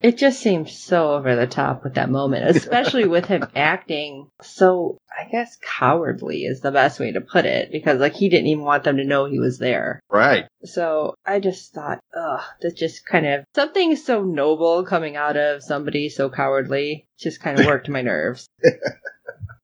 It just seems so over the top with that moment, especially with him acting so, I guess, cowardly is the best way to put it, because, like, he didn't even want them to know he was there. Right. So I just thought, ugh, that just kind of something so noble coming out of somebody so cowardly just kind of worked my nerves.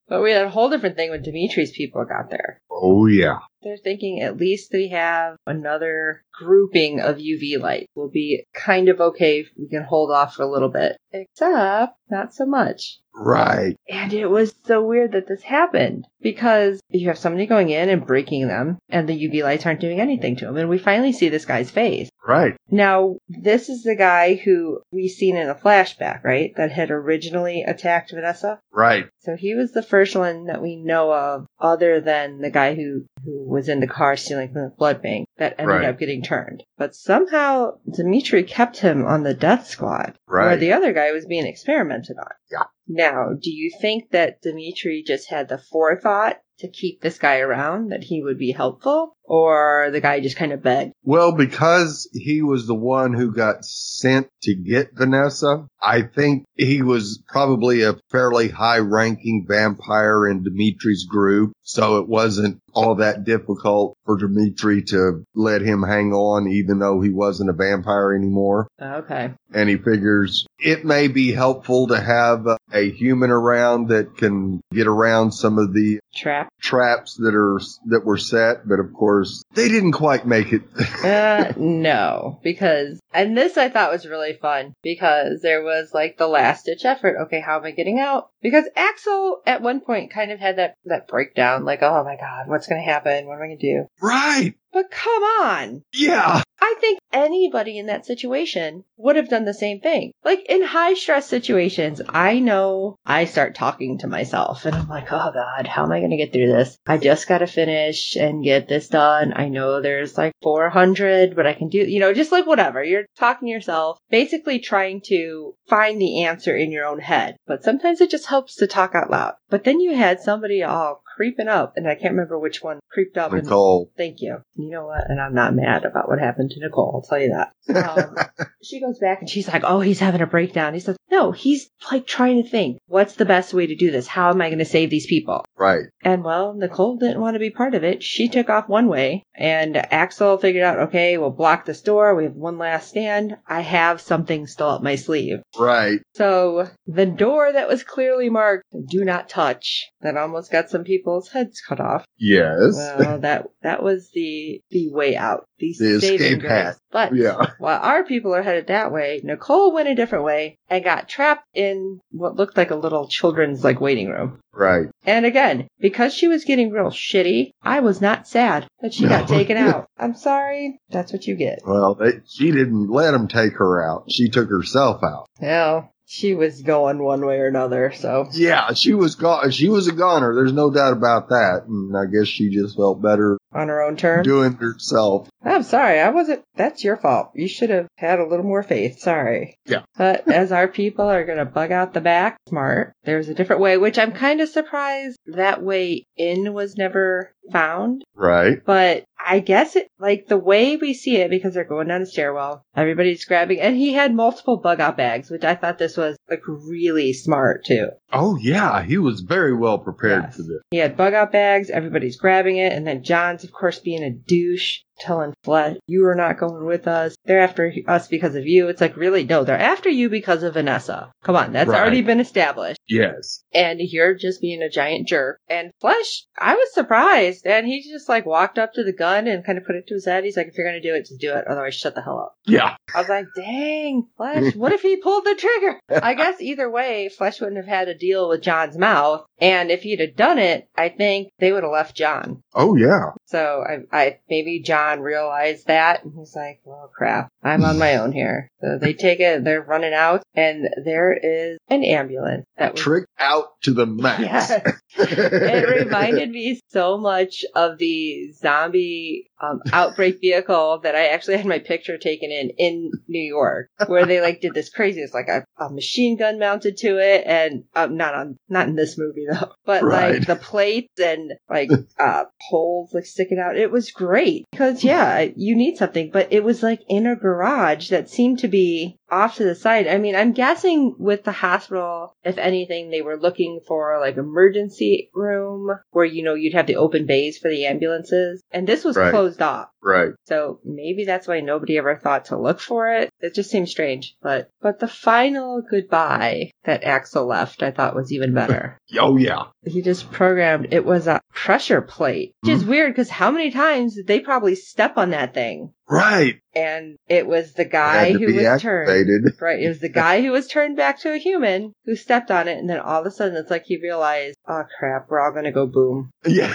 but we had a whole different thing when Dimitri's people got there. Oh, yeah. They're thinking at least we have another grouping of UV light. We'll be kind of okay if we can hold off for a little bit. Except, not so much. Right. And it was so weird that this happened because you have somebody going in and breaking them, and the UV lights aren't doing anything to him. And we finally see this guy's face. Right. Now, this is the guy who we seen in a flashback, right? That had originally attacked Vanessa. Right. So he was the first one that we know of, other than the guy who, who was in the car stealing from the blood bank that ended Right. up getting turned. But somehow Dimitri kept him on the death squad, where Right. the other guy was being experimented on. Yeah. Now, do you think that Dimitri just had the forethought to keep this guy around, that he would be helpful, or the guy just kind of begged? Well, because he was the one who got sent to get Vanessa, I think he was probably a fairly high ranking vampire in Dimitri's group. So it wasn't all that difficult for Dimitri to let him hang on, even though he wasn't a vampire anymore. Okay. And he figures it may be helpful to have a human around that can get around some of the Trap. traps that are, that were set. But of course, they didn't quite make it. uh, no, because and this I thought was really fun because there was like the last ditch effort. Okay, how am I getting out? Because Axel at one point kind of had that that breakdown, like, oh my god, what's going to happen? What am I going to do? right. But come on. Yeah. I think anybody in that situation would have done the same thing. Like in high stress situations, I know I start talking to myself and I'm like, oh God, how am I going to get through this? I just got to finish and get this done. I know there's like 400, but I can do, you know, just like whatever. You're talking to yourself, basically trying to find the answer in your own head. But sometimes it just helps to talk out loud. But then you had somebody all creeping up and I can't remember which one creeped up and Nicole. Thank you. You know what? And I'm not mad about what happened to Nicole. I'll tell you that. Um, she goes back and she's like, "Oh, he's having a breakdown." He says, "No, he's like trying to think. What's the best way to do this? How am I going to save these people?" Right. And well, Nicole didn't want to be part of it. She took off one way, and Axel figured out, "Okay, we'll block this door. We have one last stand. I have something still up my sleeve." Right. So the door that was clearly marked "Do not touch" that almost got some people's heads cut off Yes. Well, that that was the the way out, the, The saving escape grace. hatch. But yeah. while our people are headed that way, Nicole went a different way and got trapped in what looked like a little children's like waiting room. Right. And again, because she was getting real shitty, I was not sad that she got No. taken out. I'm sorry, that's what you get. Well, they, she didn't let him take her out. She took herself out. Well, she was going one way or another, so Yeah, she was gone. She was a goner. There's no doubt about that. And I guess she just felt better on her own terms. doing herself. I'm sorry, I wasn't. That's your fault. You should have had a little more faith. Sorry. Yeah. But as our people are going to bug out the back, smart, there's a different way, which I'm kind of surprised that way in was never found. Right. But I guess it, like the way we see it, because they're going down the stairwell, everybody's grabbing, and he had multiple bug out bags, which I thought this was like really smart too. Oh yeah, he was very well prepared Yes. for this. He had bug out bags, everybody's grabbing it, and then John's, of course, being a douche, telling Flesh, you are not going with us. They're after us because of you. It's like, really? No, they're after you because of Vanessa. Come on, that's Right. already been established. Yes. And you're just being a giant jerk. And Flesh, I was surprised. And he just like walked up to the gun and kind of put it to his head. He's like, if you're going to do it, just do it. Otherwise, shut the hell up. Yeah. I was like, dang, Flesh, what if he pulled the trigger? I guess either way, Flesh wouldn't have had to deal with John's mouth. And if he'd have done it, I think they would have left John. Oh yeah. So I, I maybe John realized that and he's like, well, crap, I'm on my own here. So they take it, they're running out, and there is an ambulance that was. Trick out to the max. Yes. It reminded me so much of the zombie um, outbreak vehicle that I actually had my picture taken in in New York, where they like did this crazy. It's like a, a machine gun mounted to it, and um, not on not in this movie though, but Right. like the plates and like uh, poles like sticking out. It was great because yeah, you need something, but it was like in a garage that seemed to be off to the side. I mean, I'm guessing with the hospital, if anything, they were looking for like emergency room where you know you'd have the open bays for the ambulances, and this was Right. closed off. Right. So maybe that's why nobody ever thought to look for it. It just seems strange, but but the final goodbye that Axel left, I thought was even better Oh yeah. he just programmed it was a pressure plate, which Mm-hmm. is weird because how many times did they probably step on that thing? Right. And it was the guy Had to who be was turned. activated. Right, it was the guy who was turned back to a human who stepped on it, and then all of a sudden it's like he realized, oh crap, we're all gonna go boom. Yeah.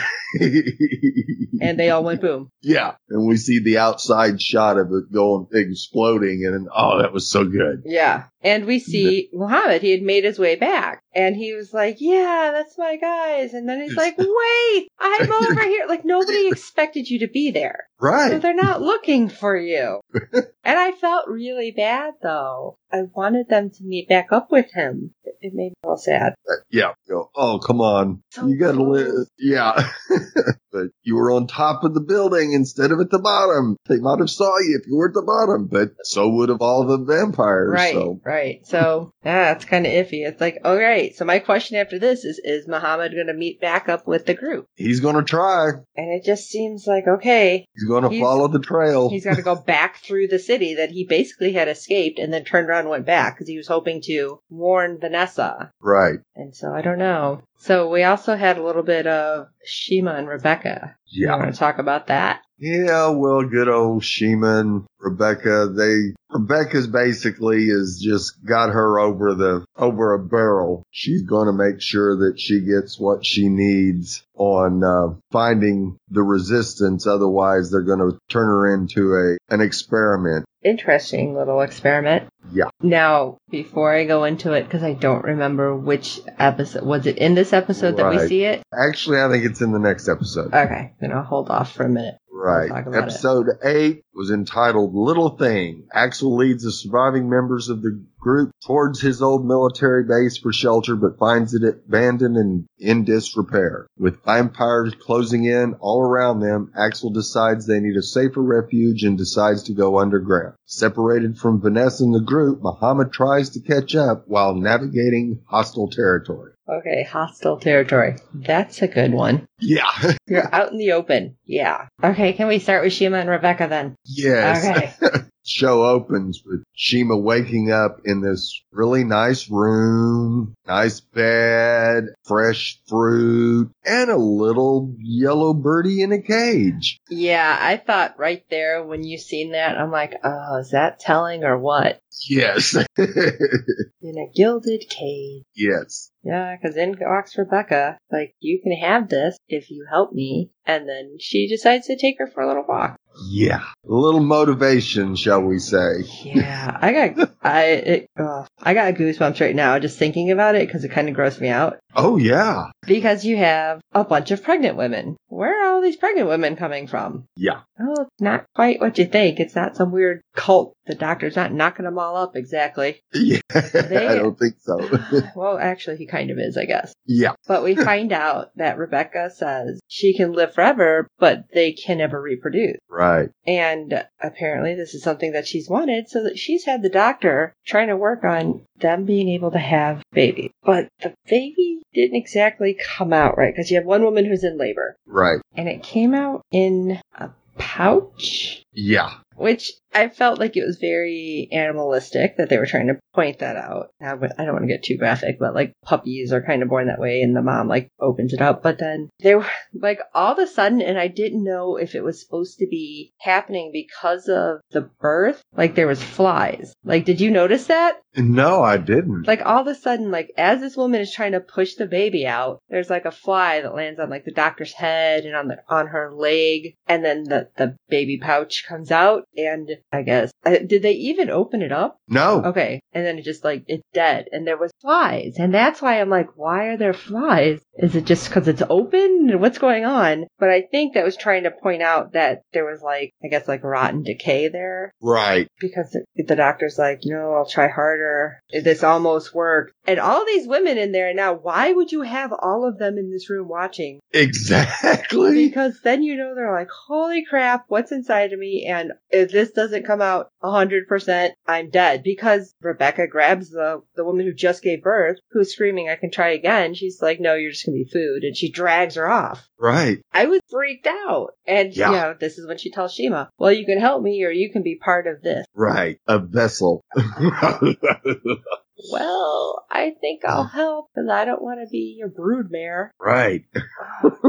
And they all went boom. yeah. And we see the outside shot of it going exploding, and oh, that was so good. Yeah. And we see Muhammad, he had made his way back, and he was like, yeah, that's my guys. And then he's like, wait, I'm over here. Like, nobody expected you to be there. So Right. they're not looking for you. and I felt really bad though. I wanted them to meet back up with him. It, it made me all sad. Yeah. Go, oh, come on. So you gotta close. live. Yeah. but you were on top of the building instead of at the bottom. They might have saw you if you were at the bottom, but so would have all the vampires. Right, So right. So yeah, it's kind of iffy. It's like, all right. So my question after this is: Is Muhammad going to meet back up with the group? he's gonna try. And it just seems like okay, He's gonna He's- follow the trail. he's got to go back through the city that he basically had escaped, and then turned around and went back because he was hoping to warn Vanessa. Right. And so I don't know. So we also had a little bit of Shima and Rebecca. You Yeah. want to talk about that? Yeah. Well, good old Sheeman, Rebecca. They Rebecca's basically is just got her over the over a barrel. She's gonna make sure that she gets what she needs on uh, finding the resistance. Otherwise, they're gonna turn her into a an experiment. Interesting little experiment. Yeah. Now, before I go into it, because I don't remember which episode, was it in this episode that we Right. see it? Actually, I think it's in the next episode. Okay, then I'll hold off for a minute. Right. We'll talk about it. Episode 8 was entitled Little Thing. Axel leads the surviving members of the group towards his old military base for shelter, but finds it abandoned and in disrepair. With vampires closing in all around them, Axel decides they need a safer refuge and decides to go underground. Separated from Vanessa and the group, Muhammad tries to catch up while navigating hostile territory. Okay, hostile territory. That's a good one. Yeah. You're out in the open. Yeah. Okay, can we start with Shima and Rebecca then? yes. Okay. show opens with Shima waking up in this really nice room, nice bed, fresh fruit, and a little yellow birdie in a cage. Yeah, I thought right there when you seen that, I'm like, oh, is that telling or what? Yes. In a gilded cage. yes. Yeah, because in walks Rebecca, like, you can have this if you help me. And then she decides to take her for a little walk. Yeah. A little motivation, shall we say. Yeah, I got, I, it, oh, I got goosebumps right now just thinking about it because it kind of grossed me out. Oh, yeah. Because you have a bunch of pregnant women. Where are all these pregnant women coming from? Yeah. Oh, it's not quite what you think. It's not some weird cult. The doctor's not knocking them all up exactly. Yeah. I don't think so. well, actually, he kind of is, I guess. yeah. But we find out that Rebecca says she can live forever, but they can never reproduce. Right. And apparently, this is something that she's wanted, so that she's had the doctor trying to work on them being able to have babies. But the baby didn't exactly come out right because you have one woman who's in labor, Right. and it came out in a pouch. Yeah. Which I felt like it was very animalistic that they were trying to point that out. I w- I don't want to get too graphic, but like puppies are kind of born that way, and the mom like opens it up. But then they were like all of a sudden, and I didn't know if it was supposed to be happening because of the birth. Like there was flies. Like did you notice that? No, I didn't. Like all of a sudden, like as this woman is trying to push the baby out, there's like a fly that lands on like the doctor's head and on the on her leg, and then the the baby pouch comes out, and I guess uh, did they even open it up? no. Oh. Okay, and then it just like it's dead, and there was flies, and that's why I'm like, why are there flies? Is it just because it's open? What's going on? But I think that was trying to point out that there was like I guess like rotten decay there, Right. because the- the doctor's like, no, I'll try harder. This almost worked. And all these women in there now, why would you have all of them in this room watching? Exactly. Because then you know they're like, holy crap, what's inside of me? And if this doesn't come out 100%, I'm dead. Because Rebecca grabs the, the woman who just gave birth, who's screaming, I can try again. She's like, no, you're just going to be food. And she drags her off. Right. I was freaked out. And, Yeah. you know, this is when she tells Shima, well, you can help me or you can be part of this. Right. A vessel. well, I think I'll help because I don't want to be your broodmare. right.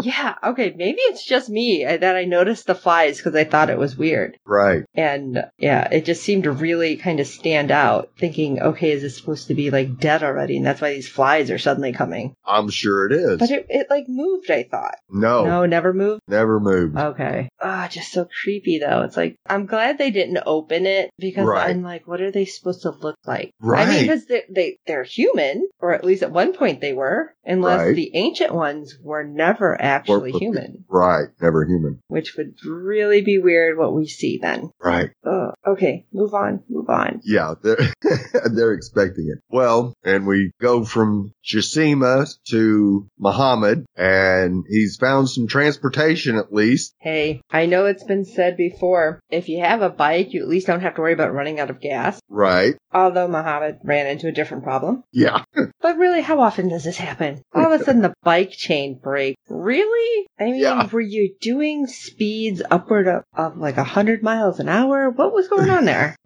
yeah, okay, maybe it's just me uh, that I noticed the flies because I thought it was weird. Right. And uh, yeah, it just seemed to really kind of stand out, thinking, okay, is this supposed to be like dead already? And that's why these flies are suddenly coming. I'm sure it is. But it, it like moved, I thought. no, No, never moved. Never moved. Okay. Ah, just so creepy though. It's like I'm glad they didn't open it because Right. I'm like, what are they supposed to look like? I mean, Right. because they, they they're human, or at least at one point they were, unless Right. the ancient ones were never actually Or- human, Right. Never human. which would really be weird what we see then. Right. Ugh. Okay, move on, move on. Yeah. They're, they're expecting it. Well, and we go from Shasima to Muhammad, and he's found some transportation at least. Hey, I know it's been said before. If you have a bike, you at least don't have to worry about running out of gas. Right. Although Muhammad ran into a different problem. Yeah. But really, how often does this happen? All of a sudden, the bike chain breaks. Really? I mean, Yeah. were you doing speeds upward of, of like 100 miles an hour? What was going on there?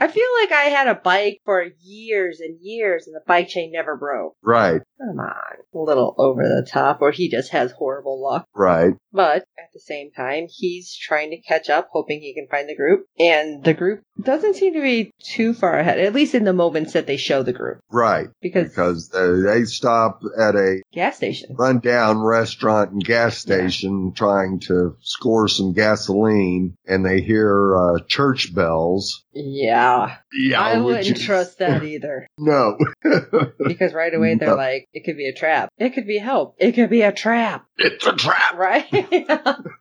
I feel like I had a bike for years and years, and the bike chain never broke. Right. Come on. A little over the top, or he just has horrible luck. Right. But at the same time, he's trying to catch up, hoping he can find the group. And the group doesn't seem to be too far ahead, at least in the moments that they show the group. Right. Because, Because they, they stop at a gas station. rundown restaurant and gas station trying to score some gasoline, and they hear uh, church bells. Yeah. Yeah. I which wouldn't is- trust that either. No. Because right away they're No. like, it could be a trap. It could be help. It could be a trap. it's a trap. Right?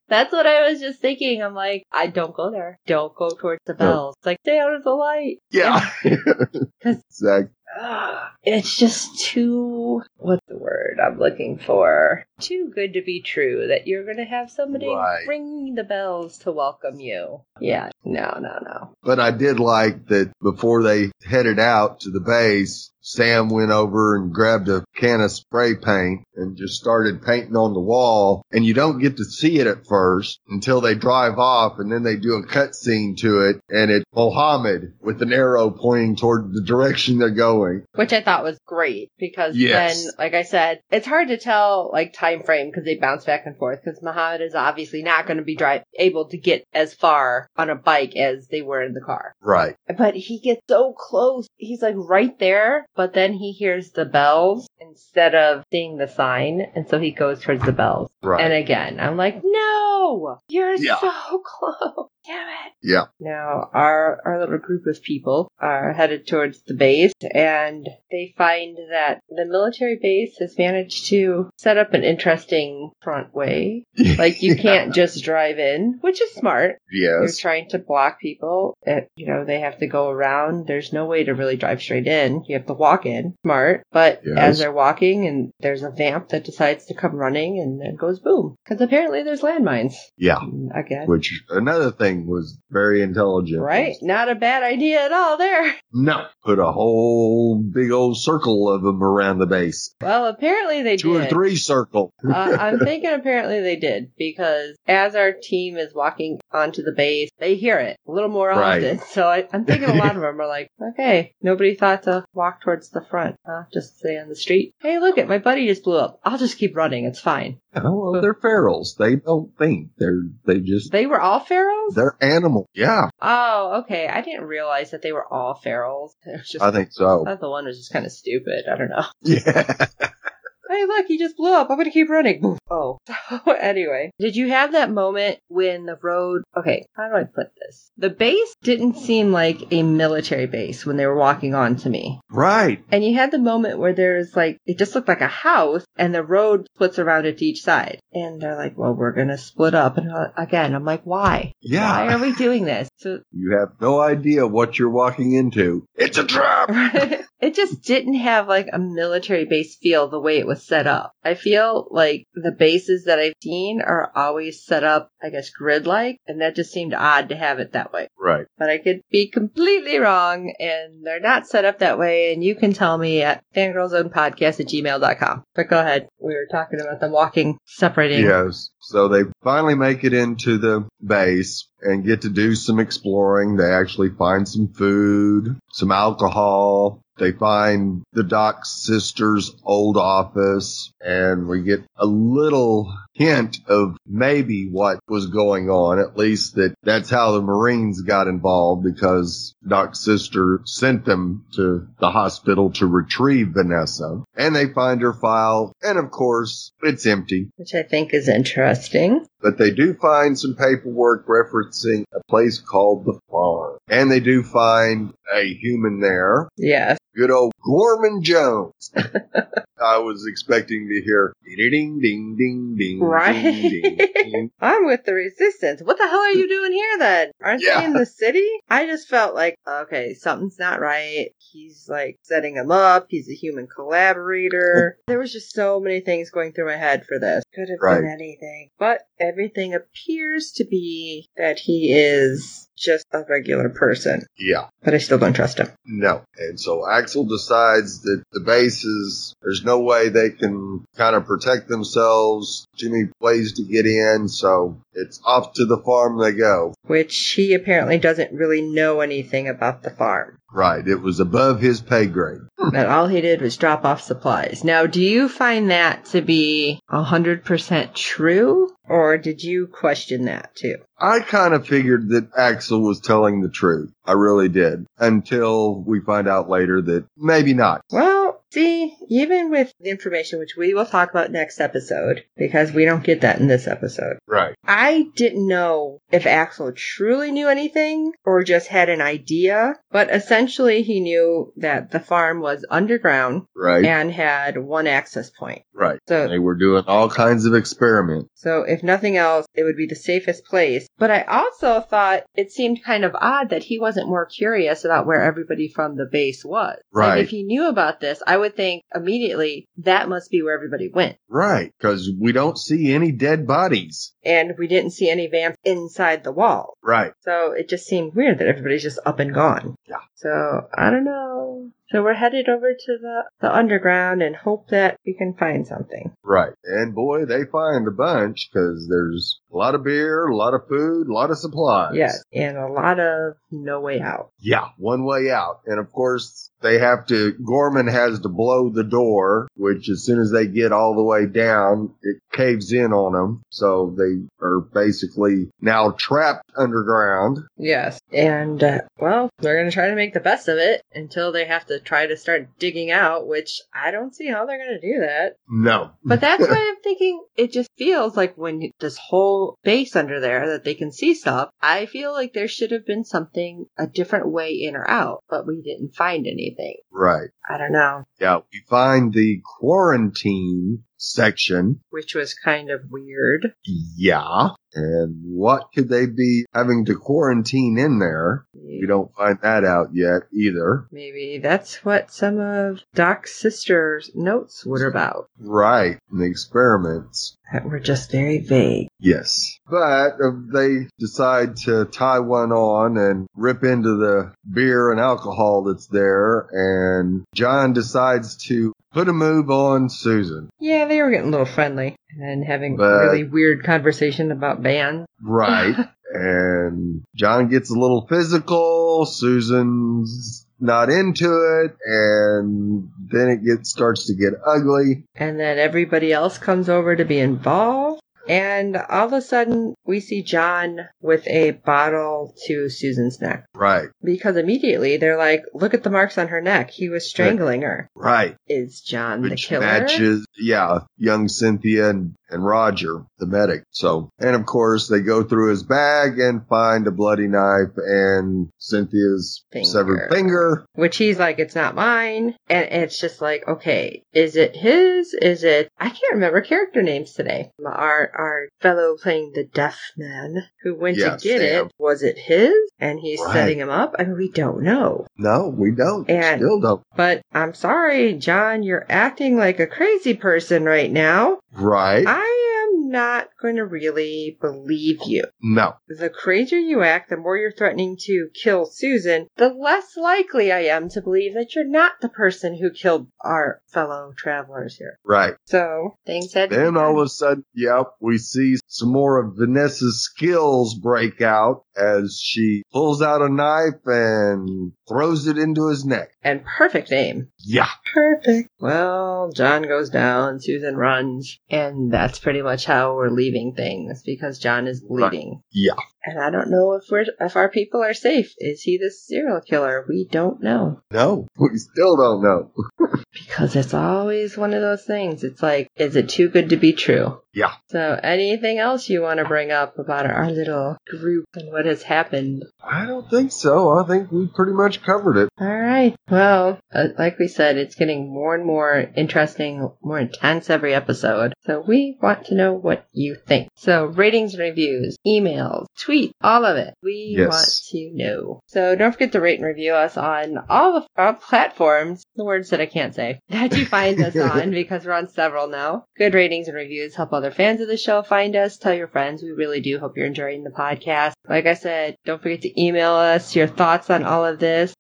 That's what I was just thinking. I'm like, I don't go there. Don't go towards the bells. It's like, stay out of the light. Yeah. exactly. Ugh. It's just too, what's the word I'm looking for? Too good to be true that you're going to have somebody Right. ringing the bells to welcome you. Yeah. No, no, no. But I did like that before they headed out to the base, Sam went over and grabbed a can of spray paint and just started painting on the wall. And you don't get to see it at first until they drive off and then they do a cutscene to it. And it's Mohammed with an arrow pointing toward the direction they're going. which I thought was great because Yes. then, like I said, it's hard to tell like time frame because they bounce back and forth because Muhammad is obviously not going to be drive able to get as far on a bike as they were in the car. Right. But he gets so close. He's like right there, but then he hears the bells instead of seeing the sign, and so he goes towards the bells. Right. And again, I'm like, no, you're Yeah. so close. Damn it. Yeah. Now our our little group of people are headed towards the base, and they find that the military base has managed to set up an interesting front way. Like you can't just drive in, which is smart. You're yes. trying to block people. It, you know, they have to go around. There's no way to really drive straight in. You have to walk in. Smart. But Yes. as they're walking and there's a vamp that decides to come running and then goes boom. Because apparently there's landmines. Yeah. Mm, Again. Which another thing was very intelligent. Right? Not a bad idea at all there. No. Put a whole big old circle of them around the base. Well, apparently they Two did. or three circle. uh, I'm thinking apparently they did because as our team is walking onto the base, they hear it a little more Right. often. So I, I'm thinking a lot of them are like, okay, nobody thought to walk towards the front, huh? Just stay on the street. Hey, look at my buddy just blew up. I'll just keep running. It's fine. Oh, well, they're ferals. They don't think. They're, they just, They were all ferals. they're animal. Yeah. oh, okay. I didn't realize that they were all ferals. It was just. I think so. I thought the one was just kind of stupid. I don't know. Yeah. hey, look, he just blew up. I'm gonna keep running. Boom. Oh. So anyway, did you have that moment when the road? Okay, how do I put this? The base didn't seem like a military base when they were walking on to me. Right. And you had the moment where there's like, it just looked like a house and the road splits around it to each side. And they're like, well, we're going to split up. And uh, again, I'm like, why? Why Yeah. are we doing this? So You have no idea what you're walking into. It's a trap. it just didn't have like a military base feel the way it was set up. I feel like the bases that I've seen are always set up, I guess, grid like, and that just seemed odd to have it that way. Right. But I could be completely wrong, and they're not set up that way, and you can tell me at fangirlzonepodcast at gmail.com. But go ahead. We were talking about them walking, separating. Yes. So they finally make it into the base and get to do some exploring. They actually find some food, some alcohol. They find the doc's sister's old office and we get a little hint of maybe what was going on. At least that that's how the Marines got involved because doc's sister sent them to the hospital to retrieve Vanessa and they find her file. And of course it's empty Which I think is interesting. but they do find some paperwork referencing a place called the farm. And they do find a human there. Yes. Good old Gorman Jones. I was expecting to hear ding ding ding ding Right. ding ding ding. I'm with the resistance. What the hell are you doing here then? Aren't Yeah. they in the city? I just felt like, okay, something's not right. He's like setting him up. He's a human collaborator. there was just so many things going through my head for this. Could have been Right. anything. But everything appears to be that he is just a regular person. Yeah. But I still don't trust him. No. And so Axel decides that the bases, there's no way they can kind of protect themselves. Too many ways to get in. So it's off to the farm they go. Which he apparently doesn't really know anything about the farm. Right. It was above his pay grade. that all he did was drop off supplies. Now, do you find that to be 100% true, or did you question that too? I kind of figured that Axel was telling the truth. I really did. Until we find out later that maybe not. Well, see, even with the information which we will talk about next episode, because we don't get that in this episode, Right. I didn't know if Axel truly knew anything or just had an idea, but essentially he knew that the farm was underground Right. and had one access point. right. So They were doing all kinds of experiments. So, if nothing else, it would be the safest place. But I also thought it seemed kind of odd that he wasn't more curious about where everybody from the base was. Like, Right. if he knew about this, I would think immediately that must be where everybody went. Right. Because we don't see any dead bodies. And we didn't see any vamps inside the wall. Right. So, it just seemed weird that everybody's just up and gone. Yeah. So I don't know. So we're headed over to the, the underground and hope that we can find something. Right. And boy, they find a bunch because there's a lot of beer, a lot of food, a lot of supplies. Yes. And a lot of no way out. Yeah, one way out. And of course, they have to, Gorman has to blow the door, which as soon as they get all the way down, it caves in on them. So they are basically now trapped underground. Yes. And, uh, well, they're going to try to make the best of it until they have to try to start digging out, which I don't see how they're going to do that. No. But that's why I'm thinking it just feels like when this whole base under there that they can see stuff, I feel like there should have been something, a different way in or out, but we didn't find anything. Right. I don't know. Yeah, we find the quarantine section. Which was kind of weird. Yeah. And what could they be having to quarantine in there? We don't find that out yet either. Maybe that's what some of Doc's sister's notes were about, Right. And the experiments. that were just very vague. Yes. But uh, they decide to tie one on and rip into the beer and alcohol that's there. And John decides to put a move on Susan. Yeah, they were getting a little friendly and then having But- a really weird conversation about bands. Right. and John gets a little physical. Susan's not into it. And then it gets, starts to get ugly. and then everybody else comes over to be involved. And all of a sudden, we see John with a bottle to Susan's neck. Right. Because immediately they're like, look at the marks on her neck. He was strangling her. Right. Is John the Which killer? matches, yeah, young Cynthia and, and Roger, the medic. So, and of course, they go through his bag and find a bloody knife and Cynthia's Finger. severed finger. Which he's like, it's not mine. And it's just like, okay, is it his? Is it, I can't remember character names today. Our, our fellow playing the deaf man who went Yes, to get Sam. it, was it his? And he's Right. setting him up. I mean, we don't know. No, we don't. And- Still don't. But I'm sorry, John, you're acting like a crazy person right now. Right? I am not going to really believe you. no. The crazier you act, the more you're threatening to kill Susan, the less likely I am to believe that you're not the person who killed our fellow travelers here. Right. So things had to be Then all done. of a sudden, yep, we see some more of Vanessa's skills break out as she pulls out a knife and throws it into his neck. and perfect aim. Yeah. Perfect. Well, John goes down, Susan runs, and that's pretty much how we're leaving things because John is Right. bleeding. Yeah. And I don't know if we're if our people are safe. Is he the serial killer? We don't know. No, we still don't know. Because it's always one of those things. It's like, is it too good to be true? Yeah. So anything else you want to bring up about our little group and what has happened? I don't think so. I think we pretty much covered it. All right. Well, uh, like we said, it's getting more and more interesting, more intense every episode. So we want to know what you think. So ratings and reviews, emails, tweets, all of it. We Yes. want to know. So don't forget to rate and review us on all the our platforms, the words that I can't say, that you find us on because we're on several now. Good ratings and reviews help other fans of the show find us. Tell your friends. We really do hope you're enjoying the podcast. Like I said, don't forget to email us your thoughts on all of this.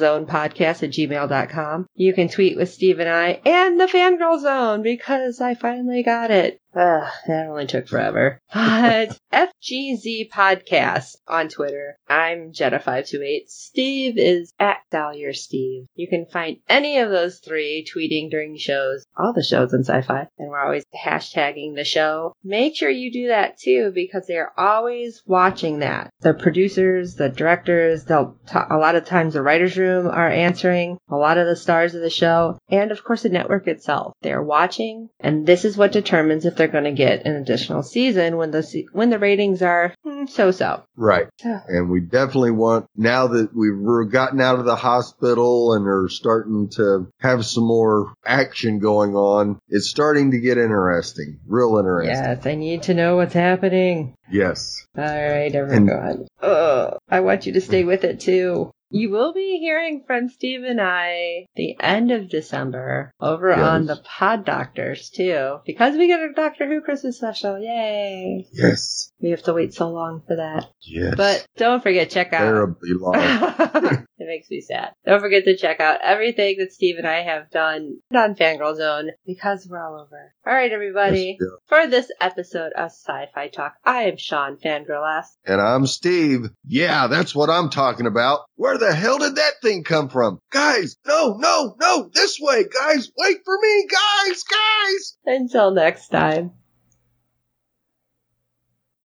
Fangirlzonepodcast at gmail.com. You can tweet with Steve and I and the Fangirl Zone because I finally got it. Ugh, that only took forever. But FGZ Podcast on Twitter. I'm Jetta528. Steve is at Dahlier Steve. You can find any of those three tweeting during shows, all the shows in sci fi, and we're always hashtagging the show. Make sure you do that too because they're always watching that. The producers, the directors, they'll t- a lot of times the writers' room are answering, a lot of the stars of the show, and of course the network itself. They're watching, and this is what determines if they're going to get an additional season when the se- when the ratings are mm, so-so. Right. Yeah. And we definitely want, now that we've re- gotten out of the hospital and are starting to have some more action going on, it's starting to get interesting. Real interesting. Yes, I need to know what's happening. Yes. All right, And- Mm. everyone. Ugh, I want you to stay with it too. You will be hearing from Steve and I the end of December over on Yes. the Pod Doctors too, because we get a Doctor Who Christmas special. Yay! Yes. We have to wait so long for that. Yes. But don't forget, check out. terribly long. it makes me sad. Don't forget to check out everything that Steve and I have done on Fangirl Zone because we're all over. All right, everybody. Yes, yeah. For this episode of Sci-Fi Talk, I am Sean Fangirl S. And I'm Steve. Yeah, that's what I'm talking about. Where the hell did that thing come from? Guys, no, no, no, this way. Guys, wait for me. Guys, guys. Until next time.